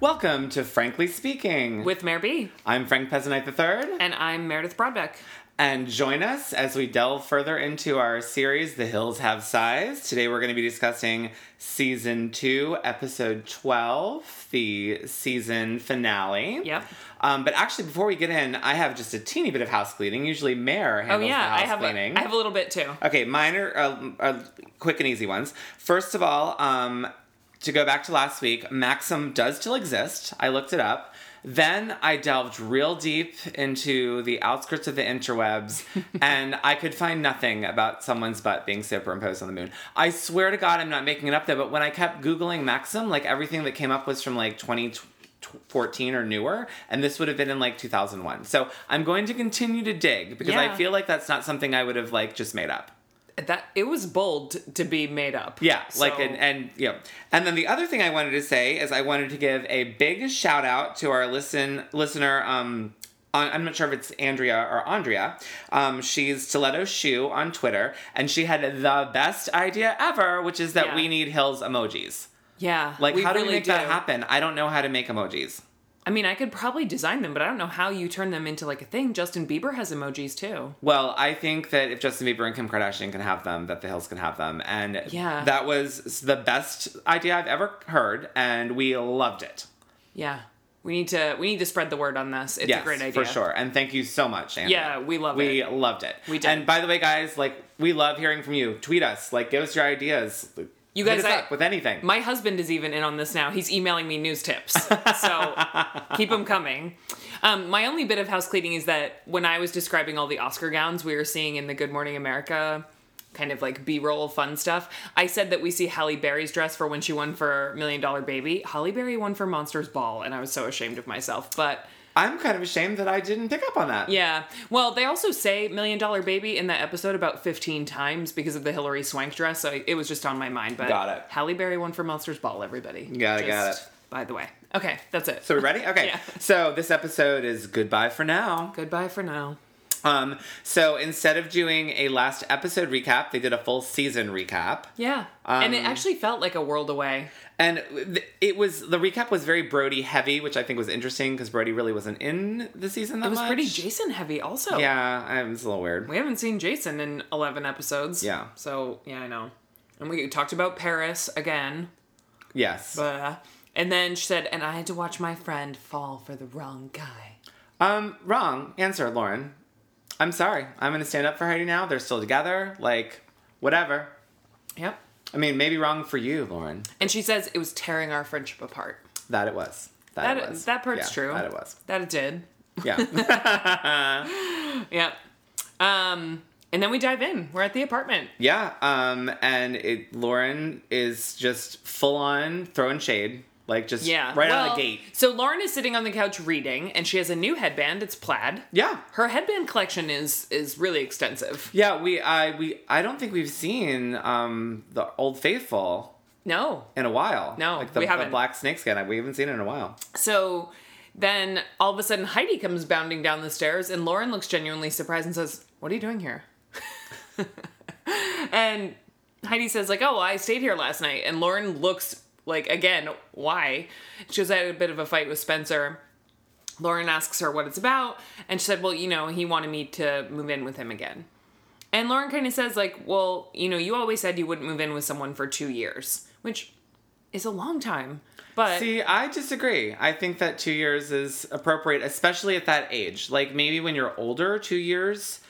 Welcome to Frankly Speaking. with Mayor B. I'm Frank Pezzanite III, And I'm Meredith Broadbeck. and join us as we delve further into our series, The Hills Have Size. Today we're going to be discussing season two, episode 12, the season finale. Yep. Um, but actually, before we get in, I have just a teeny bit of house cleaning. Usually, Mayor Oh handles the yeah, house I have cleaning. a, I have a little bit too. Okay, mine are, are, are quick and easy ones. First of all, um, to go back to last week, Maxim does still exist. I looked it up. Then I delved real deep into the outskirts of the interwebs, and I could find nothing about someone's butt being superimposed on the moon. I swear to God, I'm not making it up though. But when I kept googling Maxim, like everything that came up was from like 2014 or newer, and this would have been in like 2001. So I'm going to continue to dig because I Yeah. feel like that's not something I would have like just made up. That it was bold to be made up. Yeah, like So- and and yeah. And then the other thing I wanted to say is I wanted to give a big shout out to our listen listener. Um, on, I'm not sure if it's Andrea or Andrea. Um, she's Stiletto Shoe on Twitter, and she had the best idea ever, which is that Yeah. we need hills emojis. yeah, Like, we how do we really make that happen? I don't know how to make emojis. I mean, I could probably design them, but I don't know how you turn them into like a thing. Justin Bieber has emojis too. Well, I think that if Justin Bieber and Kim Kardashian can have them, that the Hills can have them, and Yeah. that was the best idea I've ever heard, and we loved it. Yeah, we need to we need to spread the word on this. It's yes, a great idea for sure. And thank you so much, Andrea. Yeah, we love we it. loved it. We did. And by the way, guys, like we love hearing from you. Tweet us, like give us your ideas. You Hit guys, us I- up with anything. My husband is even in on this now. He's emailing me news tips. So keep them coming. Um, my only bit of house cleaning is that when I was describing all the Oscar gowns we were seeing in the Good Morning America kind of like B roll fun stuff, I said that we see Halle Berry's dress for when she won for Million Dollar Baby. Halle Berry won for Monsters Ball, and I was so ashamed of myself. But I'm kind of ashamed that I didn't pick up on that. yeah. Well, they also say Million Dollar Baby in that episode about 15 times because of the Hillary Swank dress, so it was just on my mind. But Got it. Halle Berry won for Monsters Ball, everybody. Got it, got Just By the way. Okay, that's it. So we ready? Okay. Yeah. So this episode is goodbye for now. Goodbye for now. Um, so instead of doing a last episode recap, they did a full season recap. Yeah. Um, and it actually felt like a world away. And th- it was the recap was very Brody heavy, which I think was interesting because Brody really wasn't in the season that It was much. pretty Jason heavy, also. Yeah, I- it's a little weird. We haven't seen Jason in 11 episodes. Yeah. So, yeah, I know. And we talked about Paris again. Yes. Blah. And then she said, and I had to watch my friend fall for the wrong guy. Um, wrong answer, Lauren. I'm sorry. I'm gonna stand up for Heidi now. They're still together. Like, whatever. Yep. I mean, maybe wrong for you, Lauren. And she says it was tearing our friendship apart. That it was. That, it That- was. that part's Yeah, true. That it was. That it did. Yeah. Yep. Um, and then we dive in. We're at the apartment. yeah. Um, and it Lauren is just full on throwing shade. Like just Yeah. right out Well, of the gate. So Lauren is sitting on the couch reading, and she has a new headband. It's plaid. Yeah. Her headband collection is is really extensive. Yeah, we I we I don't think we've seen um the old faithful No. in a while. No, like the, we the haven't. black snakeskin. We haven't seen it in a while. So then all of a sudden Heidi comes bounding down the stairs, and Lauren looks genuinely surprised and says, "What are you doing here?" and Heidi says, like, oh, well, I stayed here last night. And Lauren looks like, again, why? She goes, I had a bit of a fight with Spencer. Lauren asks her what it's about. And she said, well, you know, he wanted me to move in with him again. And Lauren kind of says, like, well, you know, you always said you wouldn't move in with someone for two years, which is a long time. But See, I disagree. I think that two years is appropriate, especially at that age. Like maybe when you're older, two years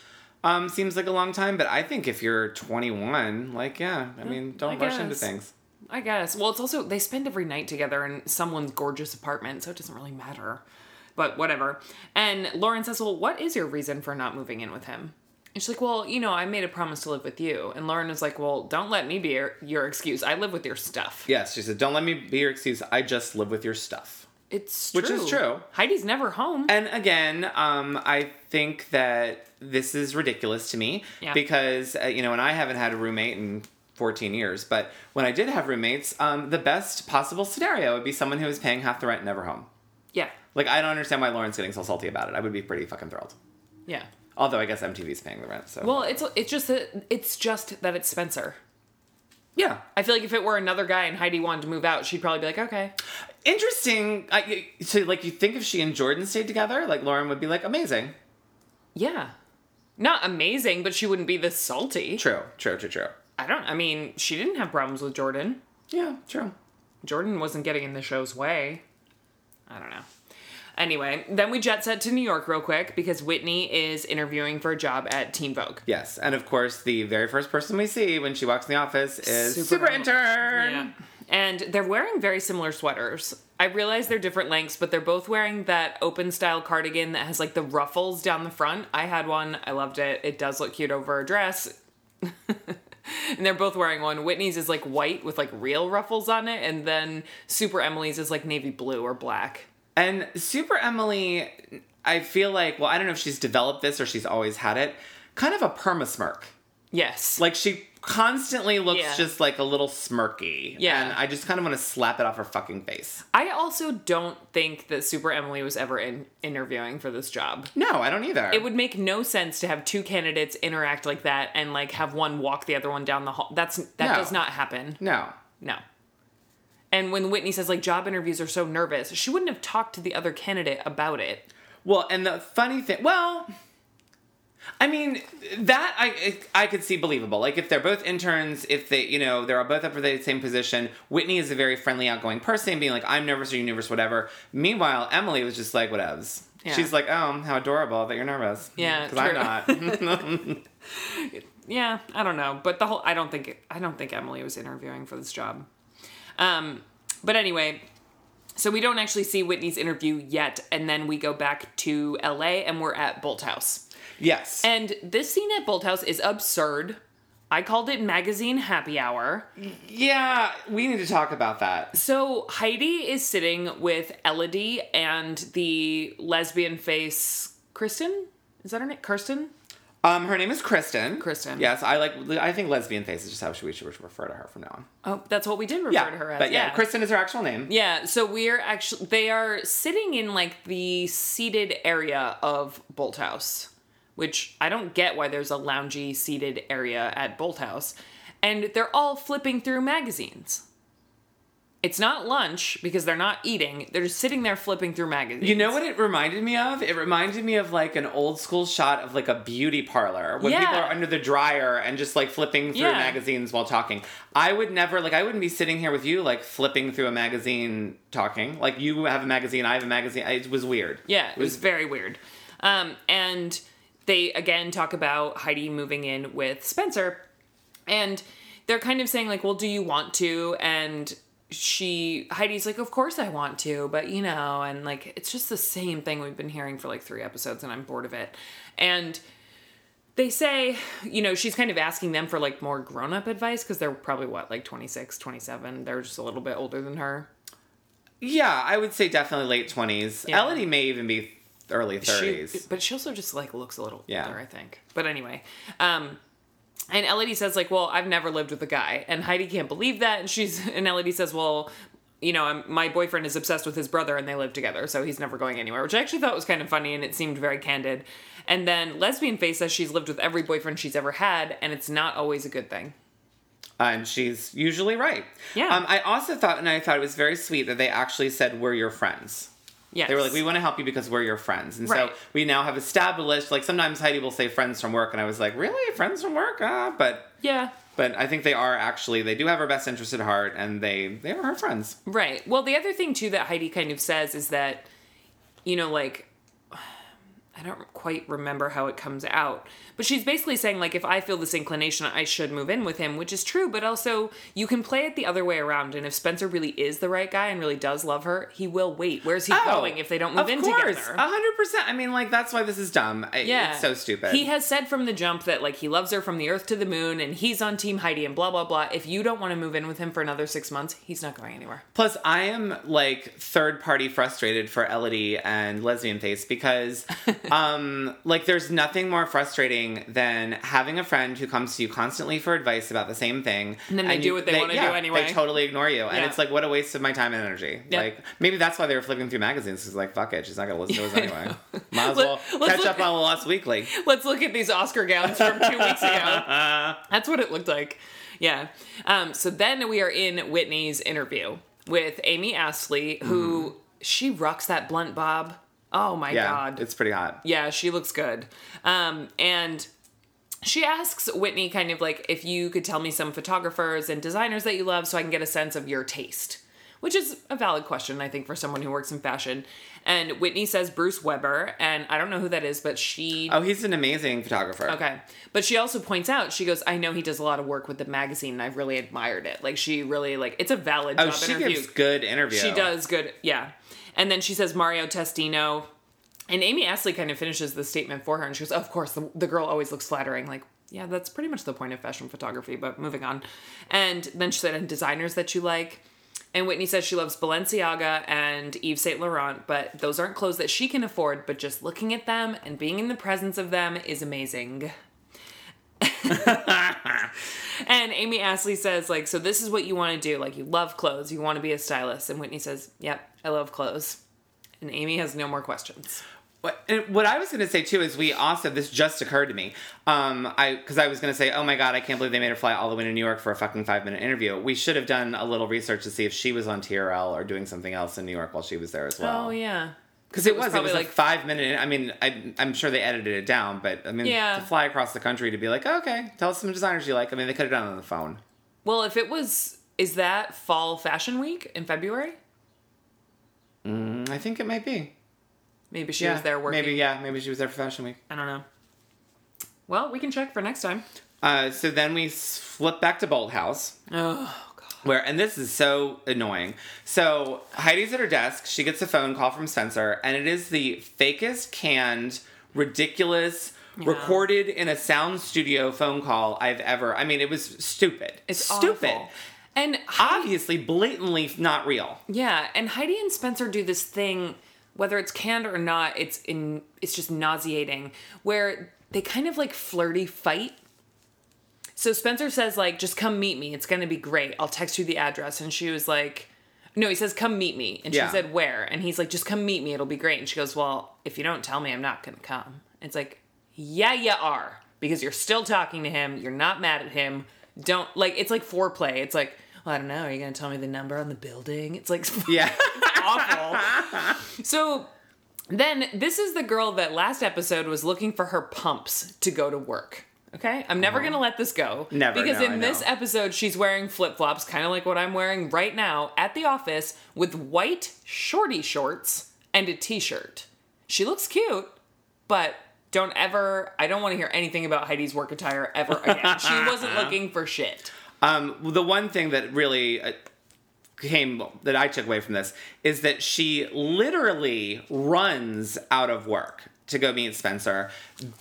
um, seems like a long time. But I think if you're 21, like yeah, I mean, don't Hmm, I rush into guess. things. I guess. Well, it's also they spend every night together in someone's gorgeous apartment, so it doesn't really matter. But whatever. And Lauren says, "Well, what is your reason for not moving in with him?" And she's like, "Well, you know, I made a promise to live with you." And Lauren is like, "Well, don't let me be your, your excuse. I live with your stuff." Yes, she said, "Don't let me be your excuse. I just live with your stuff." It's true. Which is true. Heidi's never home. And again, um, I think that this is ridiculous to me Yeah. because uh, you know, and I haven't had a roommate in 14 years, but when I did have roommates, um, the best possible scenario would be someone who is paying half the rent, and never home. yeah. Like, I don't understand why Lauren's getting so salty about it. I would be pretty fucking thrilled. Yeah. Although I guess MTV's paying the rent, so Well, it's it's just that it's just that it's Spencer. yeah, I feel like if it were another guy and Heidi wanted to move out, she'd probably be like, "Okay." Interesting. I, you- so, like, you think if she and Jordan stayed together, like, Lauren would be like, amazing. Yeah. Not amazing, but she wouldn't be this salty. True, true, true, true. I don't, I mean, she didn't have problems with Jordan. Yeah, true. Jordan wasn't getting in the show's way. I don't know. Anyway, then we jet set to New York real quick because Whitney is interviewing for a job at Teen Vogue. Yes, and of course, the very first person we see when she walks in the office is Super, Super- Intern. Yeah. And they're wearing very similar sweaters. I realize they're different lengths, but they're both wearing that open style cardigan that has like the ruffles down the front. I had one. I loved it. It does look cute over a dress. and they're both wearing one. Whitney's is like white with like real ruffles on it, and then Super Emily's is like navy blue or black. And Super Emily, I feel like, well, I don't know if she's developed this or she's always had it, kind of a perma smirk. Yes. Like, she constantly looks Yeah. just like a little smirky. Yeah. And I just kind of want to slap it off her fucking face. I also don't think that Super Emily was ever in interviewing for this job. No, I don't either. It would make no sense to have two candidates interact like that and like have one walk the other one down the hall. That's that No. does not happen. No. No. And when Whitney says like job interviews are so nervous, she wouldn't have talked to the other candidate about it. Well, and the funny thing, well, I mean that I I could see believable. Like if they're both interns, if they you know they're both up for the same position. Whitney is a very friendly, outgoing person, being like I'm nervous or you nervous, whatever. Meanwhile, Emily was just like whatevs. Yeah. She's like, oh, how adorable that you're nervous. Yeah, because I'm true. not. Yeah, I don't know, but the whole I don't think I don't think Emily was interviewing for this job. Um, but anyway, so we don't actually see Whitney's interview yet, and then we go back to LA and we're at Bolt House. yes, And this scene at Bolt House is absurd. I called it magazine happy hour. yeah, we need to talk about that. So Heidi is sitting with Elodie and the lesbian face Kristen. Is that her name? Kirsten? Um, her name is Kristen. Kristen. Yes, I like. I think lesbian face is just how we should refer to her from now on. Oh, that's what we did refer Yeah, to her as. but yeah, yeah. Kristen is her actual name. Yeah, so we're actually they are sitting in like the seated area of Bolt House, which I don't get why there's a loungy seated area at Bolt House, and they're all flipping through magazines. It's not lunch because they're not eating; they're just sitting there flipping through magazines. You know what it reminded me of? It reminded me of like an old school shot of like a beauty parlor when people Yeah. are under the dryer and just like flipping through Yeah. magazines while talking. I would never like I wouldn't be sitting here with you like flipping through a magazine talking. Like you have a magazine, I have a magazine. It was weird. Yeah, it was very weird. Um, and they again talk about Heidi moving in with Spencer, and they're kind of saying like, "Well, do you want to?" And she Heidi's like, "Of course I want to," but you know, and like it's just the same thing we've been hearing for like three episodes, and I'm bored of it. And they say, you know, she's kind of asking them for like more grown up advice because they're probably what, like 26, 27. They're just a little bit older than her. Yeah, I would say definitely late twenties. Yeah. Elodie may even be early She- thirties. but she also just like looks a little Yeah. older, I think. But anyway, um, and Elodie says like, "Well, I've never lived with a guy," and Heidi can't believe that, and she's and Elodie says, "Well." You know, I'm, my boyfriend is obsessed with his brother and they live together, so he's never going anywhere, which I actually thought was kind of funny and it seemed very candid. And then Lesbian Face says she's lived with every boyfriend she's ever had, and it's not always a good thing. And Um, she's usually right. Yeah. Um, I also thought and I thought it was very sweet that they actually said we're your friends. Yes. They were like, we want to help you because we're your friends. And Right. so we now have established, like sometimes Heidi will say friends from work. And I was like, really? Friends from work? Uh, but, Yeah. but I think they are actually, they do have her best interest at heart and they, they were her friends. Right. Well, the other thing too that Heidi kind of says is that, you know, like, I don't quite remember how it comes out, but she's basically saying like, if I feel this inclination, I should move in with him, which is true. But also, you can play it the other way around, and if Spencer really is the right guy and really does love her, he will wait. Where's he going Oh, if they don't move Oh, of in course, together? A hundred percent. I mean, like, that's why this is dumb. I, Yeah. It's so stupid. He has said from the jump that like he loves her from the earth to the moon and he's on team Heidi and blah blah blah. If you don't want to move in with him for another 6 months, he's not going anywhere. Plus, I am like third party frustrated for Elodie and Lesbian Face because, um, like, there's nothing more frustrating than having a friend who comes to you constantly for advice about the same thing. And then they do what they wanna do anyway. They totally ignore you. And Yeah. it's like, what a waste of my time and energy. Yeah. Like, maybe that's why they were flipping through magazines because, like, fuck it, she's not going to listen to us anyway. Might as Let- well let's catch up look- on the Lost Weekly. Let's look at these Oscar gowns from two weeks ago. That's what it looked like. Yeah. Um, so then we are in Whitney's interview. with Amy Astley, who she rocks that blunt bob. Oh my Mm-hmm. Yeah, god. it's pretty hot. Yeah, she looks good. Um, and she asks Whitney kind of like if you could tell me some photographers and designers that you love so I can get a sense of your taste, which is a valid question, I think, for someone who works in fashion. And Whitney says Bruce Weber, and I don't know who that is, but she. Oh, he's an amazing photographer. Okay. But she also points out, she goes, I know he does a lot of work with the magazine and I've really admired it. Like she really like it's a valid Oh, job she interview. gives good interview. She does good. Yeah. And then she says Mario Testino. And Amy Astley kind of finishes the statement for her and she goes, Of course, the, the girl always looks flattering. Like, yeah, that's pretty much the point of fashion photography, but moving on. And then she said, And designers that you like. And Whitney says she loves Balenciaga and Yves Saint Laurent, but those aren't clothes that she can afford, but just looking at them and being in the presence of them is amazing. And Amy Astley says, like, so this is what you want to do. Like, you love clothes. You want to be a stylist. And Whitney says, yep, I love clothes. And Amy has no more questions. What, and what I was going to say too is we also this just occurred to me. Um, I because I was going to say, oh my god, I can't believe they made her fly all the way to New York for a fucking five minute interview. We should have done a little research to see if she was on TRL or doing something else in New York while she was there as well. Oh, yeah. because it, was, it probably was like like- five minute. I mean, I, I'm sure they edited it down, but I mean, Yeah. to fly across the country to be like, "Oh, okay, tell us some designers you like. I mean, they could have done it on the phone. Well, if it was, is that fall fashion week in February? I think it might be. Maybe she yeah, was there working. Maybe yeah, maybe she was there for Fashion Week. I don't know. Well, we can check for next time. Uh, so then we s- flip back to Bold House. Oh, God. Where and this is so annoying. So Heidi's at her desk. She gets a phone call from Spencer, and it is the fakest, canned, ridiculous, recorded in a sound studio phone call I've ever. I mean, it was stupid. It's stupid. awful. And Heidi- Obviously, blatantly not real. Yeah, and Heidi and Spencer do this thing, whether it's canned or not, it's in it's just nauseating, where they kind of like flirty fight. So Spencer says, like, just come meet me. It's gonna be great. I'll text you the address. And she was like, No, he says, come meet me. And she Yeah. said, Where? And he's like, just come meet me, it'll be great. And she goes, Well, if you don't tell me, I'm not gonna come. It's like, Yeah, you are. Because you're still talking to him, you're not mad at him. Don't like it's like foreplay. It's like, well, I don't know, are you gonna tell me the number on the building? It's like Yeah. awful. so then this is the girl that last episode was looking for her pumps to go to work. Okay? I'm never going to let this go. Uh-huh. Never, Because no, in I this know. episode she's wearing flip-flops kind of like what I'm wearing right now at the office with white shorty shorts and a t-shirt. She looks cute, but don't ever I don't want to hear anything about Heidi's work attire ever again. she wasn't looking for shit. Um, the one thing that really uh, came that I took away from this is that she literally runs out of work to go meet Spencer.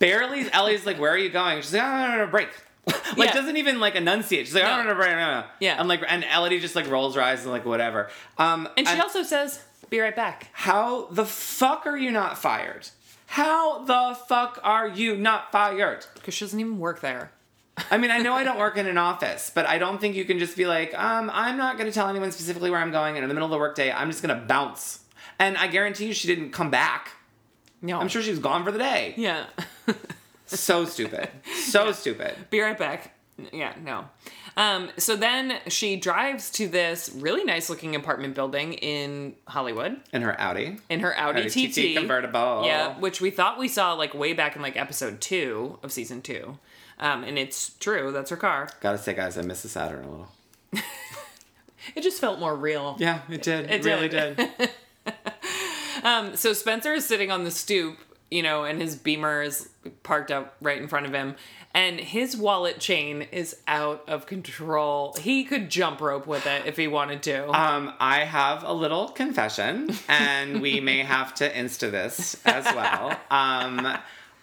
Barely, Ellie's like, "Where are you going?" She's like, "I'm on a break." like Yeah. doesn't even like enunciate. She's like, "I'm No. on a break." No, no. Yeah. and like, and Ellie just like rolls her eyes and like whatever. Um, And she also says, "Be right back." how the fuck are you not fired? How the fuck are you not fired? Cuz she doesn't even work there. I mean, I know I don't work in an office, but I don't think you can just be like, um, I'm not going to tell anyone specifically where I'm going, and in the middle of the workday, I'm just going to bounce. And I guarantee you, she didn't come back. No. I'm sure she was gone for the day. Yeah. So stupid. So stupid. Be right back. Yeah, no. Um, so then she drives to this really nice looking apartment building in Hollywood In her Audi. in her Audi, Audi TT TT. convertible. Yeah, which we thought we saw like way back in like episode two of season two. Um, and it's true, that's her car. Gotta say, guys, I miss the Saturn a little. It just felt more real. Yeah, it did. It, It really did. did. So Spencer is sitting on the stoop, you know, and his beamer is parked up right in front of him. And his wallet chain is out of control. He could jump rope with it if he wanted to. Um, I have a little confession, and we may have to insta this as well. Um,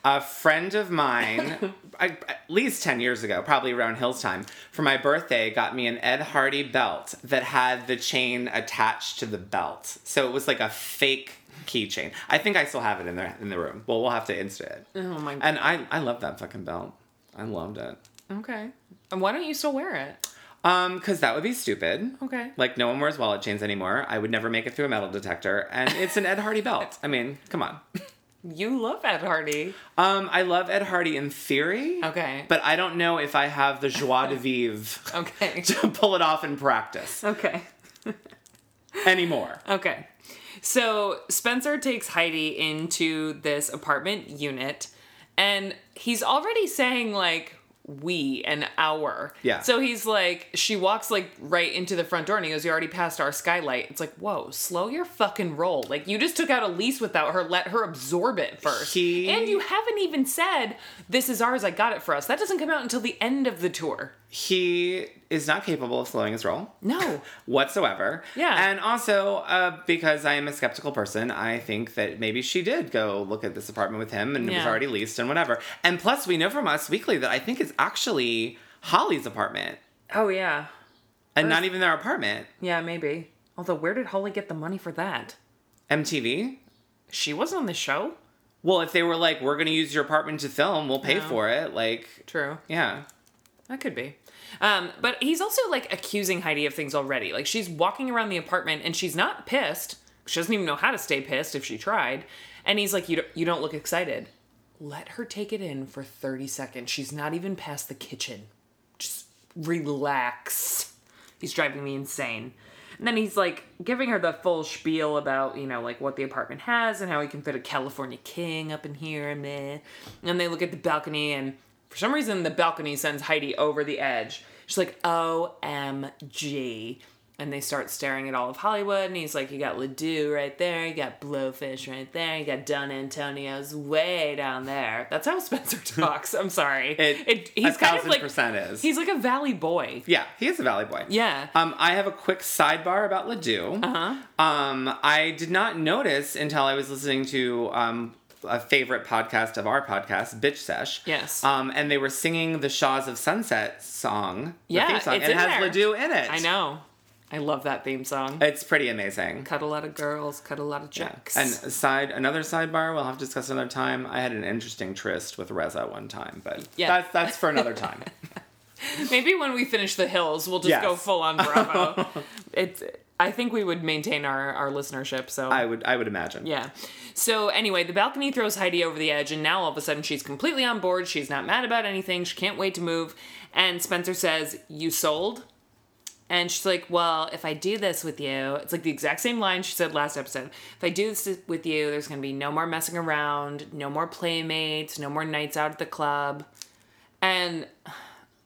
a friend of mine, I, at least 10 years ago, probably around Hills time, for my birthday, got me an Ed Hardy belt that had the chain attached to the belt. So it was like a fake keychain. I think I still have it in there in the room. Well, we'll have to insta it. oh my And I, I love that fucking belt. I loved it. Okay. And why don't you still wear it? Um, cause that would be stupid. Okay. Like no one wears wallet chains anymore. I would never make it through a metal detector, and it's an Ed Hardy belt. I mean, come on. You love Ed Hardy. Um, I love Ed Hardy in theory. Okay. But I don't know if I have the joie de vivre Okay. to pull it off in practice. okay. anymore. Okay. So Spencer takes Heidi into this apartment unit and he's already saying like we and our. Yeah. So he's like, she walks like right into the front door and he goes, You already passed our skylight. It's like, whoa, slow your fucking roll. Like you just took out a lease without her, let her absorb it first. He- And you haven't even said, This is ours, I got it for us. That doesn't come out until the end of the tour. He is not capable of slowing his roll No. whatsoever. Yeah. And also, uh, because I am a skeptical person, I think that maybe she did go look at this apartment with him and it was Yeah. already leased and whatever. And plus, we know from Us Weekly that I think it's actually Holly's apartment oh yeah. and not even their apartment. Yeah, maybe. Although where did Holly get the money for that? MTV? She was on the show? Well, if they were like, we're going to use your apartment to film, we'll pay Yeah. for it. Like, True. yeah. That could be. Um, but he's also like accusing Heidi of things already. Like she's walking around the apartment and she's not pissed. She doesn't even know how to stay pissed if she tried. And he's like, "You don't, you don't look excited. Let her take it in for thirty seconds. She's not even past the kitchen. Just relax." He's driving me insane. And then he's like giving her the full spiel about, you know, like what the apartment has and how he can fit a California king up in here and meh. And they look at the balcony and for some reason the balcony sends Heidi over the edge. She's like, OMG. And they start staring at all of Hollywood and he's like, You got Ledoux right there, you got Blowfish right there, you got Don Antonio's way down there. That's how Spencer talks. I'm sorry. It- he's a kind of thousand like percent is. he's like a valley boy. Yeah, he is a Valley Boy. Yeah. Um, I have a quick sidebar about Ledoux. Uh-huh. Um, I did not notice until I was listening to um, a favorite podcast of our podcast, Bitch Sesh. Yes. Um, and they were singing the Shaws of Sunset song. the Yeah, theme song, it's and in it has there. Ledoux in it. I know. I love that theme song. It's pretty amazing. cut a lot of girls, cut a lot of checks. And side another sidebar we'll have to discuss another time. I had an interesting tryst with Reza one time, but Yeah. that's that's for another time. maybe when we finish the hills, we'll just Yes. go full on Bravo. it's. I think we would maintain our our listenership. So I would I would imagine. Yeah. So anyway, the balcony throws Heidi over the edge, and now all of a sudden she's completely on board. She's not mad about anything. She can't wait to move. And Spencer says, "You sold." And she's like, "Well, if I do this with you, it's like the exact same line she said last episode. If I do this with you, there's gonna be no more messing around, no more playmates, no more nights out at the club." And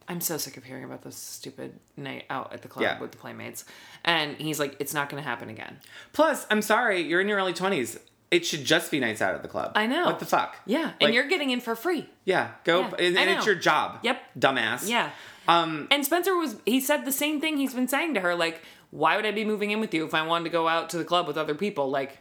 I'm so sick of hearing about this stupid night out at the club Yeah. with the playmates. And he's like, "It's not gonna happen again." Plus, I'm sorry, you're in your early twenties. It should just be nights out at the club. I know. What the fuck? Yeah, and Like- you're getting in for free. Yeah, go. Yeah, and I and it's know. your job. Yep. Dumbass. Yeah. Um, and Spencer was, he said the same thing he's been saying to her. Like, why would I be moving in with you if I wanted to go out to the club with other people? Like,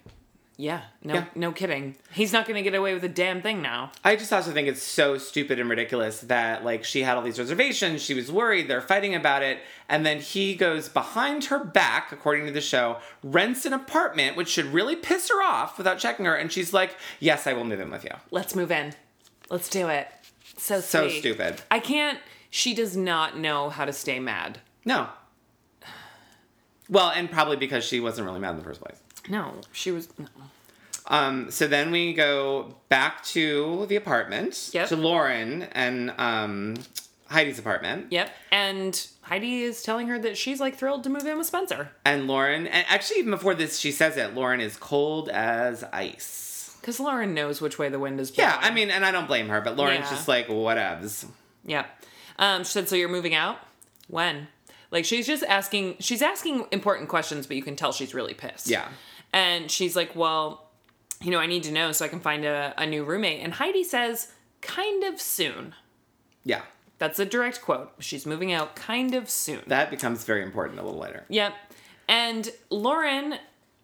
yeah, no, Yeah. no kidding. He's not going to get away with a damn thing now. I just also think it's so stupid and ridiculous that, like, she had all these reservations. She was worried. They're fighting about it. And then he goes behind her back, according to the show, rents an apartment, which should really piss her off without checking her. And she's like, Yes, I will move in with you. Let's move in. Let's do it. So So sweet. stupid. I can't. She does not know how to stay mad. No. Well, and probably because she wasn't really mad in the first place. No, she was. No. Um, so then we go back to the apartment, Yep. to Lauren and um, Heidi's apartment. Yep. And Heidi is telling her that she's like thrilled to move in with Spencer And Lauren, and actually, even before this, she says it. Lauren is cold as ice. because Lauren knows which way the wind is blowing. Yeah, I mean, and I don't blame her, but Lauren's Yeah. just like whatevs. Yeah. Um, she said, so you're moving out? When? Like she's just asking she's asking important questions, but you can tell she's really pissed. Yeah. And she's like, Well, you know, I need to know so I can find a, a new roommate. And Heidi says, kind of soon. Yeah, That's a direct quote. She's moving out kind of soon. that becomes very important a little later. yep. And Lauren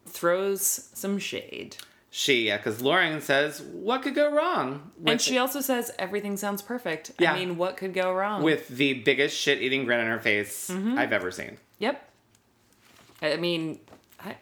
throws some shade. She, yeah, because Lauren says, "What could go wrong?" With, And she also says, everything sounds perfect. Yeah. I mean, what could go wrong? with the biggest shit-eating grin on her face Mm-hmm. I've ever seen. Yep. I I mean, I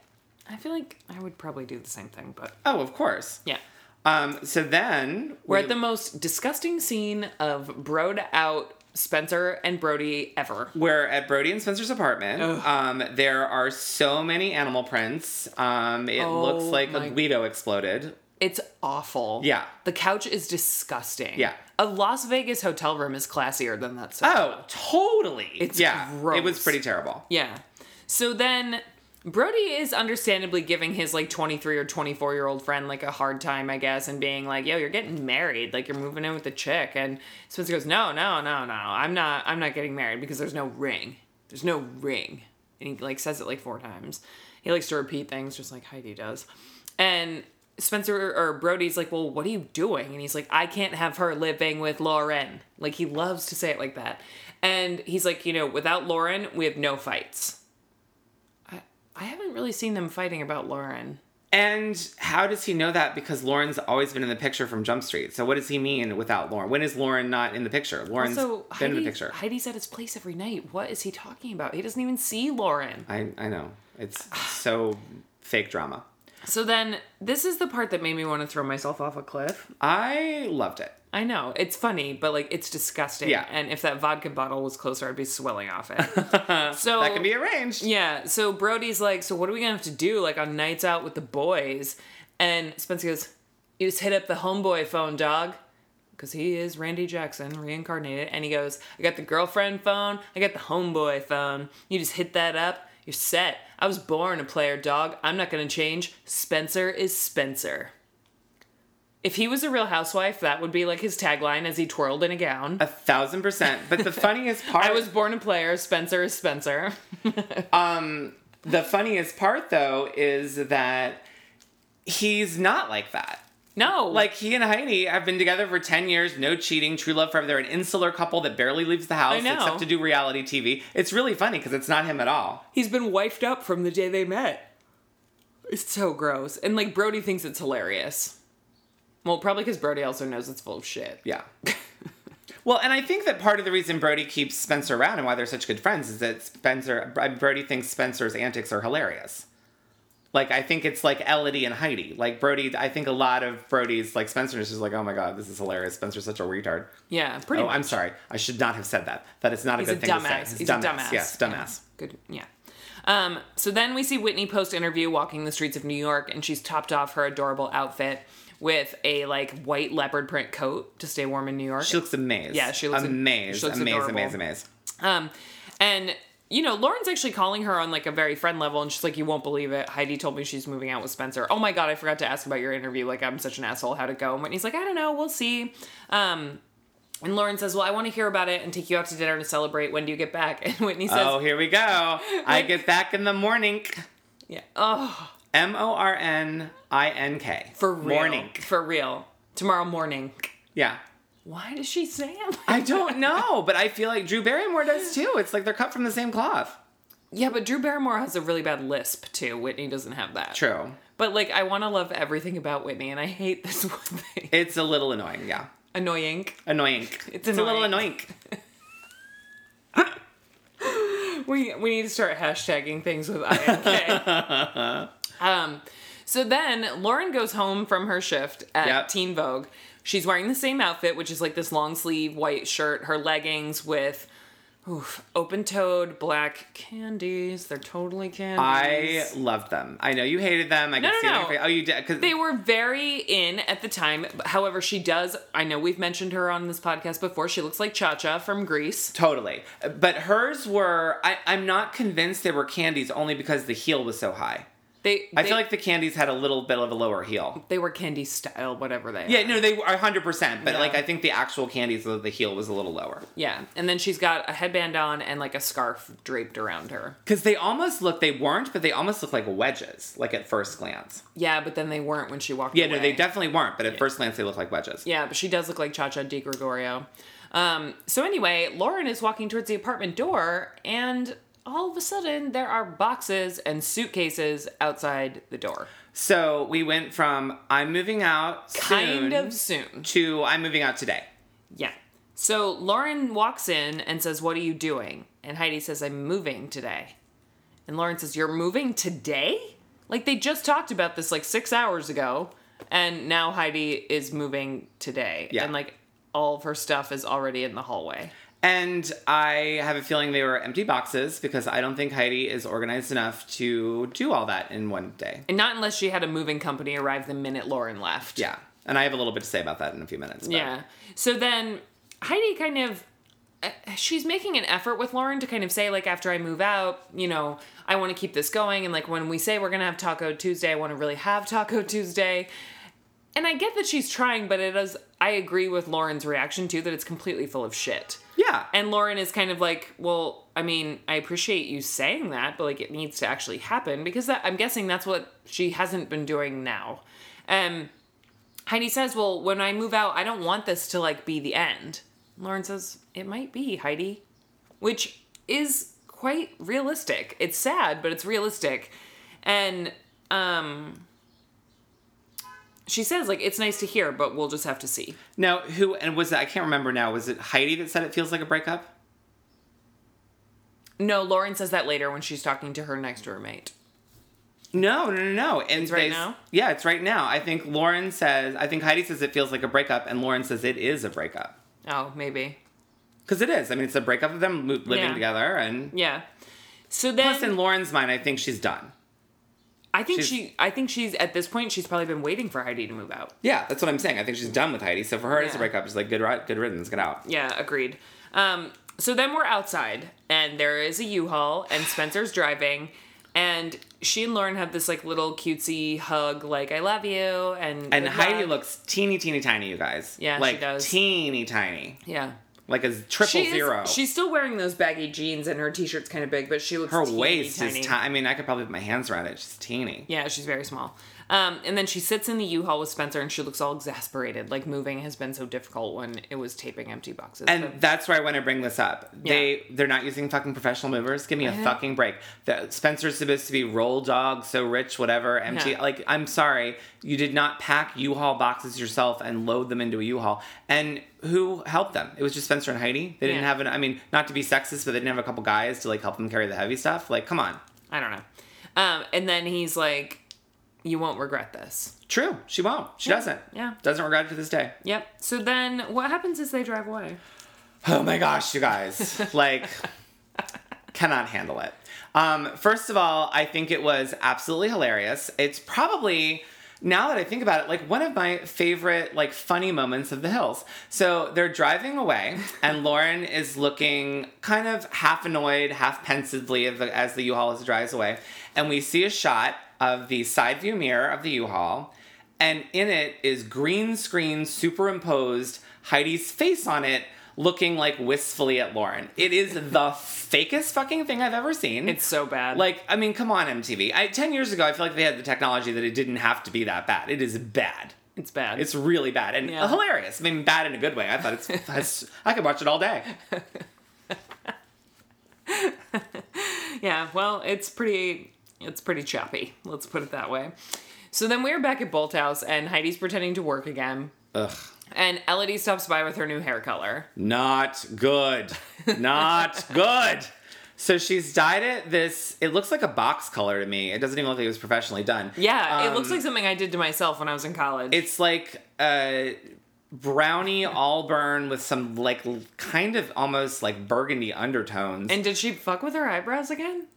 I feel like I would probably do the same thing, but Oh, of course. yeah. Um, so then We're we- at the most disgusting scene of broed out Spencer and Brody ever. We're at Brody and Spencer's apartment. Ugh. Um, there are so many animal prints. Um, it Oh looks like my- a Guido exploded. It's awful. Yeah. The couch is disgusting. Yeah. A Las Vegas hotel room is classier than that. sofa. Oh, totally. It's yeah. It was gross. pretty terrible. Yeah. So then Brody is understandably giving his like 23 or 24 year old friend like a hard time, I guess, and being like, yo, you're getting married. Like you're moving in with a chick. And Spencer goes, no, no, no, no. I'm not, I'm not getting married because there's no ring. There's no ring. And he like says it like four times. He likes to repeat things just like Heidi does. And Spencer or Brody's like, well, what are you doing? And he's like, I can't have her living with Lauren. Like he loves to say it like that. And he's like, you know, without Lauren, we have no fights. I haven't really seen them fighting about Lauren. And how does he know that? Because Lauren's always been in the picture from Jump Street. So what does he mean without Lauren? When is Lauren not in the picture? Lauren's So been in Heidi- the picture. Heidi's at his place every night. What is he talking about? He doesn't even see Lauren. I, I know. It's so fake drama. So then this is the part that made me want to throw myself off a cliff. I loved it. I know. It's funny, but like it's disgusting. Yeah. And if that vodka bottle was closer, I'd be swelling off it. so That can be arranged. Yeah. So Brody's like, so what are we gonna have to do like on nights out with the boys? And Spencer goes, you just hit up the homeboy phone, dog. Because he is Randy Jackson reincarnated. And he goes, I got the girlfriend phone, I got the homeboy phone. You just hit that up, you're set. I was born a player, dog. I'm not gonna change. Spencer is Spencer. If he was a real housewife, that would be like his tagline as he twirled in a gown. A thousand percent. But the funniest part I was born a player, Spencer is Spencer. the funniest part though is that he's not like that. No. Like he and Heidi have been together for 10 years, no cheating, true love forever. They're an insular couple that barely leaves the house know. except to do reality TV. It's really funny because it's not him at all. He's been wifed up from the day they met. It's so gross. And like Brody thinks it's hilarious. Well, probably because Brody also knows it's full of shit. Yeah. well, and I think that part of the reason Brody keeps Spencer around and why they're such good friends is that Spencer uh, Brody thinks Spencer's antics are hilarious. Like I think it's like Elodie and Heidi. Like Brody, I think a lot of Brody's like Spencer is just like, oh my god, this is hilarious. Spencer's such a retard. Yeah, pretty Oh, much. I'm sorry. I should not have said that. That is not a He's a good thing to say. dumbass. It's He's a dumbass. Yes, Yeah. dumbass. Good. Yeah. Um, so then we see Whitney post interview walking the streets of New York, and she's topped off her adorable outfit with a like white leopard print coat to stay warm in New York. She looks amazed. Yeah, she looks- amazed. she looks amazed, adorable. amazed, amazed. Um, and you know, Lauren's actually calling her on like a very friend level, and she's like, "You won't believe it. Heidi told me she's moving out with Spencer. Oh my god, I forgot to ask about your interview. Like, I'm such an asshole. How'd it go?" And Whitney's like, "I don't know. We'll see." Um, and Lauren says, "Well, I want to hear about it and take you out to dinner to celebrate. When do you get back?" And Whitney says, Oh, here we go. I get back in the morning. "Yeah, oh, M O R N I N K. for real, Morning. for real, tomorrow morning." Yeah. Why does she say it? I like- don't know, but I feel like Drew Barrymore does too. It's like they're cut from the same cloth. yeah, but Drew Barrymore has a really bad lisp too. Whitney doesn't have that. True. But like, I want to love everything about Whitney, and I hate this one thing. It's a little annoying, yeah. Annoying. Annoying. It's a little annoying. annoying. We we need to start hashtagging things with INK. um, so then Lauren goes home from her shift at Yep. Teen Vogue. She's wearing the same outfit, which is like this long sleeve white shirt, her leggings with open toed black candies. They're totally I candies. loved them. I know you hated them. I could No, no, see it on no. your face. Oh, you did? Cause, They were very in at the time. However, she does. I know we've mentioned her on this podcast before. She looks like Cha Cha from Greece. Totally. But hers were, I, I'm not convinced they were candies only because the heel was so high. They, I they- feel like the candies had a little bit of a lower heel. they were candy style, whatever they. Yeah, no, they were 100%, but Yeah. like I think the actual candies, the the heel was a little lower. Yeah, and then she's got a headband on and like a scarf draped around her. Because they almost look, they weren't, but they almost look like wedges, like at first glance. Yeah, but then they weren't when she walked Yeah, away. no, they definitely weren't, but at first glance, they look like wedges. Yeah, but she does look like Cha Cha Di Gregorio. Um, so anyway, Lauren is walking towards the apartment door, and all of a sudden there are boxes and suitcases outside the door. So we went from I'm moving out soon Kind of soon. to I'm moving out today. Yeah. So Lauren walks in and says, What are you doing? And Heidi says, I'm moving today. And Lauren says, You're moving today? Like they just talked about this like six hours ago. And now Heidi is moving today. Yeah. And like all of her stuff is already in the hallway. And I have a feeling they were empty boxes because I don't think Heidi is organized enough to do all that in one day. And not unless she had a moving company arrive the minute Lauren left. Yeah. And I have a little bit to say about that in a few minutes. but- Yeah. So then Heidi kind of uh, she's making an effort with Lauren to kind of say like after I move out, you know, I want to keep this going and like when we say we're going to have Taco Tuesday, I want to really have Taco Tuesday. And I get that she's trying, but it is I agree with Lauren's reaction too that it's completely full of shit. Yeah. And Lauren is kind of like, well, I mean, I appreciate you saying that, but like it needs to actually happen because that, I'm guessing that's what she hasn't been doing now. Um, Heidi says, well, when I move out, I don't want this to like be the end. Lauren says, it might be, Heidi, which is quite realistic. It's sad, but it's realistic. And um, she says, like, it's nice to hear, but we'll just have to see. Now, who and was it? I can't remember now. Was it Heidi that said it feels like a breakup? No, Lauren says that later when she's talking to her next roommate. No, no, no, no. And It's right they- now? Yeah, it's right now. I think Lauren says. I think Heidi says it feels like a breakup, and Lauren says it is a breakup Oh, maybe. because it is. I mean, it's a breakup of them mo- living Yeah. together, and Yeah. So then plus, in Lauren's mind, I think she's done. I think she's- she I think she's at this point she's probably been waiting for Heidi to move out. Yeah, that's what I'm saying. I think she's done with Heidi. So for her, it's a Yeah. breakup. She's like, good, ri- good riddance, get out. Yeah, agreed. Um so then we're outside and there is a U-Haul and Spencer's driving and she and Lauren have this like little cutesy hug like I love you and And good Heidi luck. looks teeny, teeny tiny, you guys. Yeah, she like does. teeny tiny, Yeah. like a triple She zero. is, she's still wearing those baggy jeans and her t-shirt's kind of big but she looks her teeny waist tiny. is tiny. I mean, I could probably put my hands around it. She's teeny. Yeah, she's very small. Um, and then she sits in the U-Haul with Spencer, and she looks all exasperated. Like moving has been so difficult when it was taping empty boxes. And that's where I want to bring this up. They they're not using fucking professional movers. Give me a Yeah. fucking break. The, Spencer's supposed to be roll dog, so rich, whatever. Empty. Yeah. Like I'm sorry, you did not pack U-Haul boxes yourself and load them into a U-Haul. And who helped them? It was just Spencer and Heidi. They didn't Yeah. have an. I mean, not to be sexist, but they didn't have a couple guys to like help them carry the heavy stuff. Like, come on. but I don't know. Um, and then he's like, "You won't regret this." True. She won't. She doesn't. Yeah. Doesn't regret it to this day. Yep. So then, what happens is they drive away. Oh my gosh, you guys. Like, cannot handle it. Um, first of all, I think it was absolutely hilarious. It's probably now that I think about it, like one of my favorite, like funny moments of the hills. So they're driving away, and Lauren is looking kind of half annoyed, half pensively as the, as the U-Haul drives away, and we see a shot of the side view mirror of the U-Haul, and in it is green screen superimposed Heidi's face on it, looking like wistfully at Lauren. It is the fakest fucking thing I've ever seen. It's so bad. Like, I mean, come on, MTV. I, Ten years ago, I feel like they had the technology that it didn't have to be that bad. It is bad. it's bad. It's really bad and Yeah. hilarious. I mean, bad in a good way. I thought it's. it's- I could watch it all day. yeah. Well, it's pretty. It's pretty choppy. Let's put it that way. So then we're back at Bolt House, and Heidi's pretending to work again. Ugh. And Elodie stops by with her new hair color. Not good. Not good. So she's dyed it this. It looks like a box color to me. It doesn't even look like it was professionally done. Yeah, it Um, looks like something I did to myself when I was in college. It's like a brownie auburn with some like l- kind of almost like burgundy undertones. And did she fuck with her eyebrows again?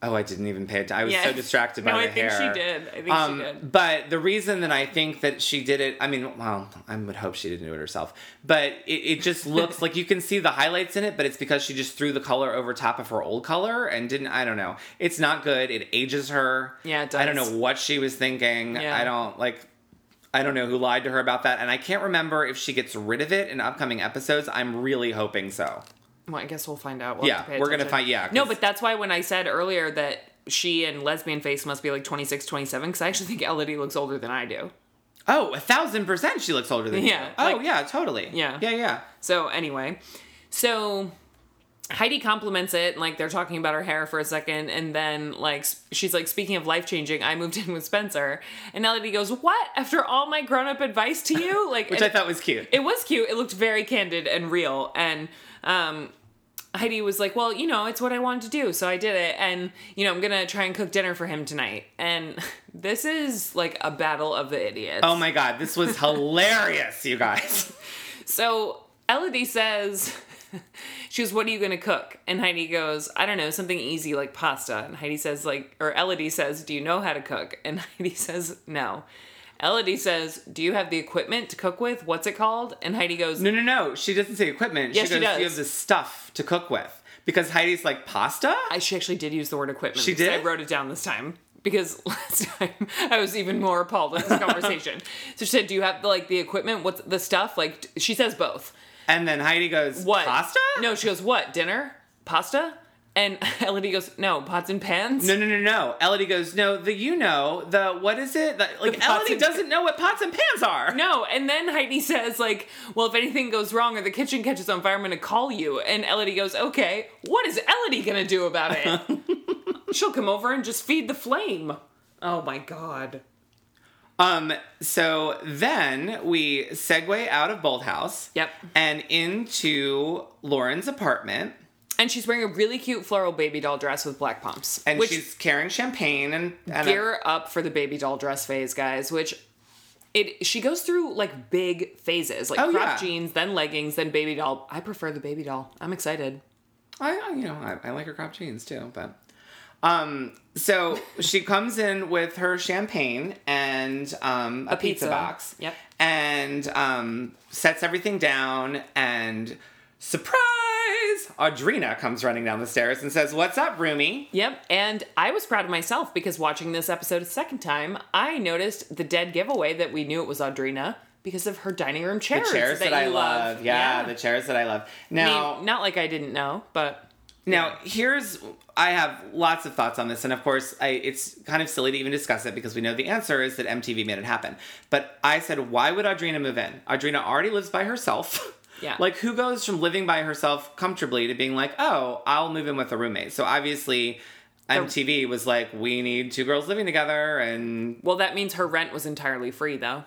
oh, I didn't even pay. Att- I was so distracted by no, the I think hair. she did. I think she did. Um, but the reason that I think that she did it, I mean, well, I would hope she didn't do it herself, but it, it just looks like you can see the highlights in it, but it's because she just threw the color over top of her old color and didn't, I don't know. It's not good. It ages her. Yeah, it I don't does. know what she was thinking. Yeah. I don't, like, I don't know who lied to her about that. And I can't remember if she gets rid of it in upcoming episodes. I'm really hoping so. Well, I guess we'll find out. We'll Yeah, have to pay we're gonna attention. find- yeah, No, 'cause- but that's why when I said earlier that she and lesbian face must be like 26, 27, because I actually think Elodie looks older than I do. Oh, a thousand percent she looks older than you. Yeah, Oh, like- yeah, totally. Yeah. Yeah, yeah. So anyway, so Heidi compliments it, and like they're talking about her hair for a second, and then like s- she's like, "Speaking of life changing, I moved in with Spencer," and Elodie goes, "What? After all my grown up advice to you, like Which and- I thought was cute. it was cute. It looked very candid and real. And um, Heidi was like, "Well, you know, it's what I wanted to do, so I did it." And you know, I'm gonna try and cook dinner for him tonight. And this is like a battle of the idiots. Oh my god, this was hilarious, you guys. So Elodie says, she goes, What are you going to cook? And Heidi goes, I don't know, something easy like pasta. And Heidi says, like, or Elodie says, Do you know how to cook? And Heidi says, No. Elodie says, Do you have the equipment to cook with? What's it called? And Heidi goes, No, no, no. She doesn't say equipment. Yes, she she goes, does. You have the stuff to cook with. Because Heidi's like, pasta? I, She actually did use the word equipment. She because I did? wrote it down this time because last time I was even more appalled at this conversation. so she said, Do you have like the equipment? What's the stuff? Like, t- she says both. And then Heidi goes, What? Pasta? No, she goes, What? Dinner? Pasta? And Elodie goes, No, pots and pans? No, no, no, no. Elodie goes, no, the you know, the what is it? The, like, pots Elodie and- doesn't know what pots and pans are. No, and then Heidi says, like, well, if anything goes wrong or the kitchen catches on fire, I'm gonna call you. And Elodie goes, okay, what is Elodie gonna do about it? She'll come over and just feed the flame. Oh my god. Um, so then we segue out of Bold House. Yep. And into Lauren's apartment. And she's wearing a really cute floral baby doll dress with black pumps. And which she's carrying champagne and, and a- gear up for the baby doll dress phase, guys, which it she goes through like big phases, like Oh, crop yeah. jeans, then leggings, then baby doll. I prefer the baby doll. I'm excited. I, I you know, I, I like her crop jeans too, but um so she comes in with her champagne and um a, pizza. pizza. box. Yep. And um sets everything down and surprise Audrina comes running down the stairs and says, What's up, Roomy? Yep, and I was proud of myself because watching this episode a second time, I noticed the dead giveaway that we knew it was Audrina because of her dining room chairs, Chairs that, I you love. Yeah, the chairs that I love. Now I mean, not like I didn't know, but Now, here's I have lots of thoughts on this, and of course, I, it's kind of silly to even discuss it because we know the answer is that MTV made it happen. But I said, why would Audrina move in? Audrina already lives by herself. Yeah. like who goes from living by herself comfortably to being like, oh, I'll move in with a roommate? So obviously, MTV was like, we need two girls living together, and well, that means her rent was entirely free though.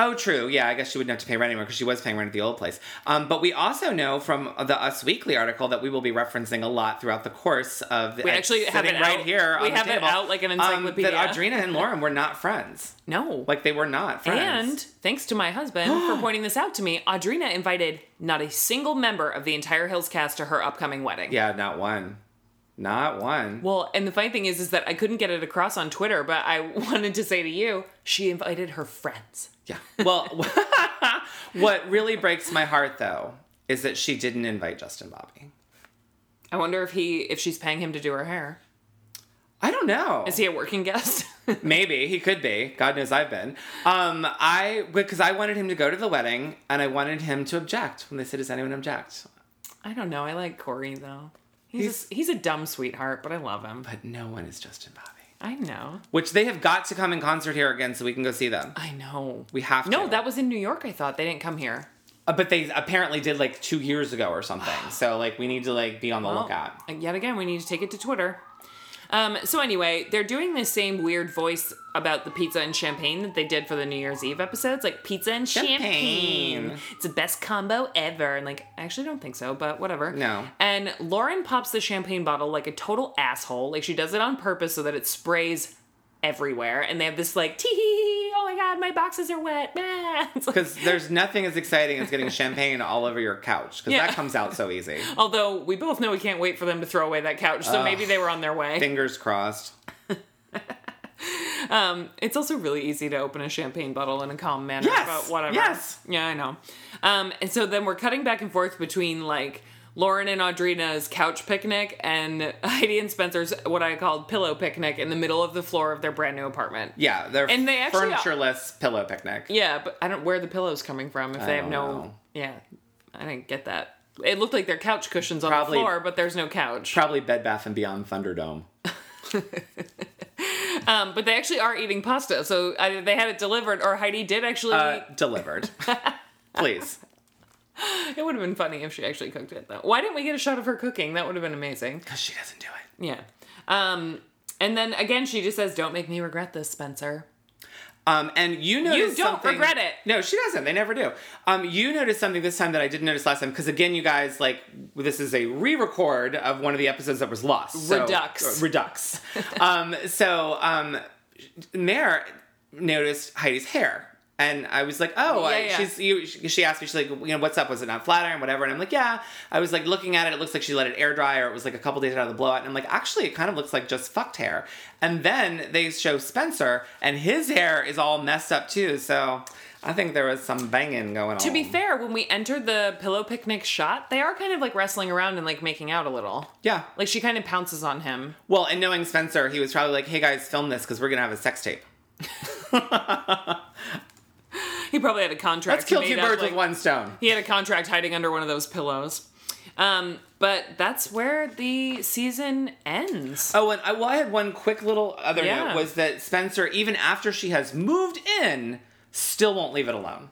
Oh, true. Yeah, I guess she wouldn't have to pay rent anymore because she was paying rent at the old place. Um, but we also know from the Us Weekly article that we will be referencing a lot throughout the course of. We actually have sitting it right out- here. we on the have it table, out like an um, that encyclopedia. Audrina and Lauren were not friends. No, Like they were not friends. and thanks to my husband for pointing this out to me, Audrina invited not a single member of the entire Hills cast to her upcoming wedding. yeah, not one, not one. Well, and the funny thing is, is that I couldn't get it across on Twitter, but I wanted to say to you, she invited her friends. yeah. Well, what really breaks my heart though is that she didn't invite Justin Bobby. I wonder if he if she's paying him to do her hair. I don't know. Is he a working guest? Maybe he could be. God knows I've been. Um, I because I wanted him to go to the wedding and I wanted him to object when they said, "Does anyone object?" I don't know. I like Corey though. He's he's, a dumb sweetheart, but I love him. But no one is Justin Bobby. I know. Which they have got to come in concert here again so we can go see them. I know. We have to. No, that was in New York. I thought they didn't come here. Uh, but they apparently did like two years ago or something. So like we need to like be on the Well, lookout. Oh, and Yet again, we need to take it to Twitter. Um, so anyway, they're doing the same weird voice about the pizza and champagne that they did for the New Year's Eve episodes, like pizza and champagne. Champagne. It's the best combo ever, and like I actually don't think so, but whatever. No. And Lauren pops the champagne bottle like a total asshole, like she does it on purpose so that it sprays everywhere, and they have this like tee hee hee, oh my god, my boxes are wet. Ah. It's like- Because there's nothing as exciting as getting champagne all over your couch because Yeah. that comes out so easy. although we both know we can't wait for them to throw away that couch, so maybe they were on their way. Fingers crossed. It's also really easy to open a champagne bottle in a calm manner, Yes, but whatever. yes. Yeah, I know. Um, and so then we're cutting back and forth between like Lauren and Audrina's couch picnic and Heidi and Spencer's what I called pillow picnic in the middle of the floor of their brand new apartment. Yeah, they're And they actually- furnitureless pillow picnic. Yeah, but I don't where are the pillows coming from if they don't have no. know. Yeah, I didn't get that. It looked like they're couch cushions on Probably- the floor, but there's no couch. Probably Bed Bath and Beyond Thunderdome. Um, but they actually are eating pasta, so either they had it delivered or Heidi did actually. Uh, delivered. Please. It would have been funny if she actually cooked it though. Why didn't we get a shot of her cooking? That would have been amazing. Because she doesn't do it. Yeah. Um, and then again, she just says, "Don't make me regret this, Spencer." Um, and you notice You don't something- regret it. No, she doesn't. They never do. Um, you noticed something this time that I didn't notice last time. Because again, you guys, like, this is a re-record of one of the episodes that was lost. So, uh, Redux. Redux. um, so, um, Mare noticed Heidi's hair. And I was like, oh, I, Yeah, yeah. she's. You, she she asked me, she's like, you know, what's up? Was it not flat iron? Whatever. And I'm like, yeah. I was like looking at it. It looks like she let it air dry, or it was like a couple days out of the blowout. And I'm like, actually, it kind of looks like just fucked hair. And then they show Spencer, and his hair is all messed up too. So I think there was some banging going on. To be fair, when we entered the pillow picnic shot, they are kind of like wrestling around and like making out a little. yeah. Like she kind of pounces on him. Well, and knowing Spencer, he was probably like, hey guys, film this because we're gonna have a sex tape. He probably had a contract. Let's kill two made up, birds like- with one stone. He had a contract hiding under one of those pillows. Um, but that's where the season ends. Oh, and I, well, I had one quick little other Yeah. note was that Spencer, even after she has moved in, still won't leave it alone.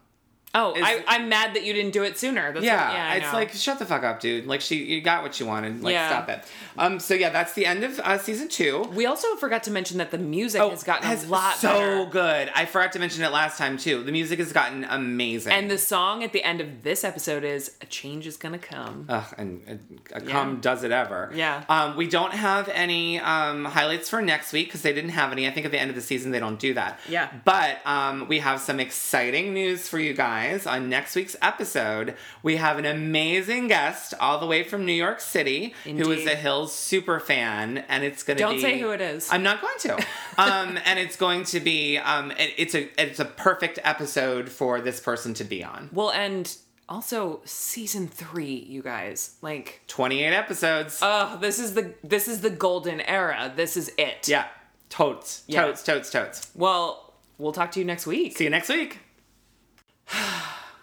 Oh, I, is- I'm mad that you didn't do it sooner. That's Yeah, what, yeah I it's know. like shut the fuck up, dude. Like she, you got what you wanted. Like Yeah. stop it. Um. So yeah, that's the end of uh, season two. we also forgot to mention that the music has gotten a lot Oh, so better. good. I forgot to mention it last time too. The music has gotten amazing. And the song at the end of this episode is "A Change Is Gonna Come." Ugh, and, and a cum does it ever. Yeah. Um, we don't have any um, highlights for next week because they didn't have any. I think at the end of the season they don't do that. Yeah. But um, we have some exciting news for you guys on next week's episode. We have an amazing guest all the way from New York City who is Indeed. a Hills super fan, and it's gonna Don't be- say who it is. I'm not going to. um, and it's going to be um, it, it's a it's a perfect episode for this person to be on. Well, and also season three, you guys. Like, 28 episodes. oh, this is the this is the golden era. This is it. Yeah. Totes. Yeah. Totes, totes, totes. Well, we'll talk to you next week. See you next week.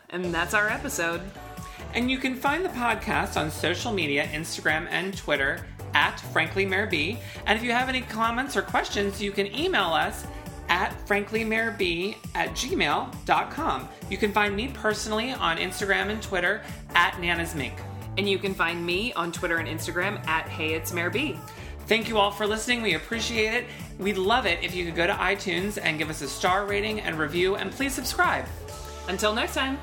And that's our episode. And you can find the podcast on social media, Instagram and Twitter at Frankly Mayor B. And if you have any comments or questions, you can email us at franklymayorb at gmail.com. You can find me personally on Instagram and Twitter at Nana's Mink. And you can find me on Twitter and Instagram at Hey It's Mayor B. Thank you all for listening. We appreciate it. We'd love it if you could go to iTunes and give us a star rating and review, and please subscribe. Until next time.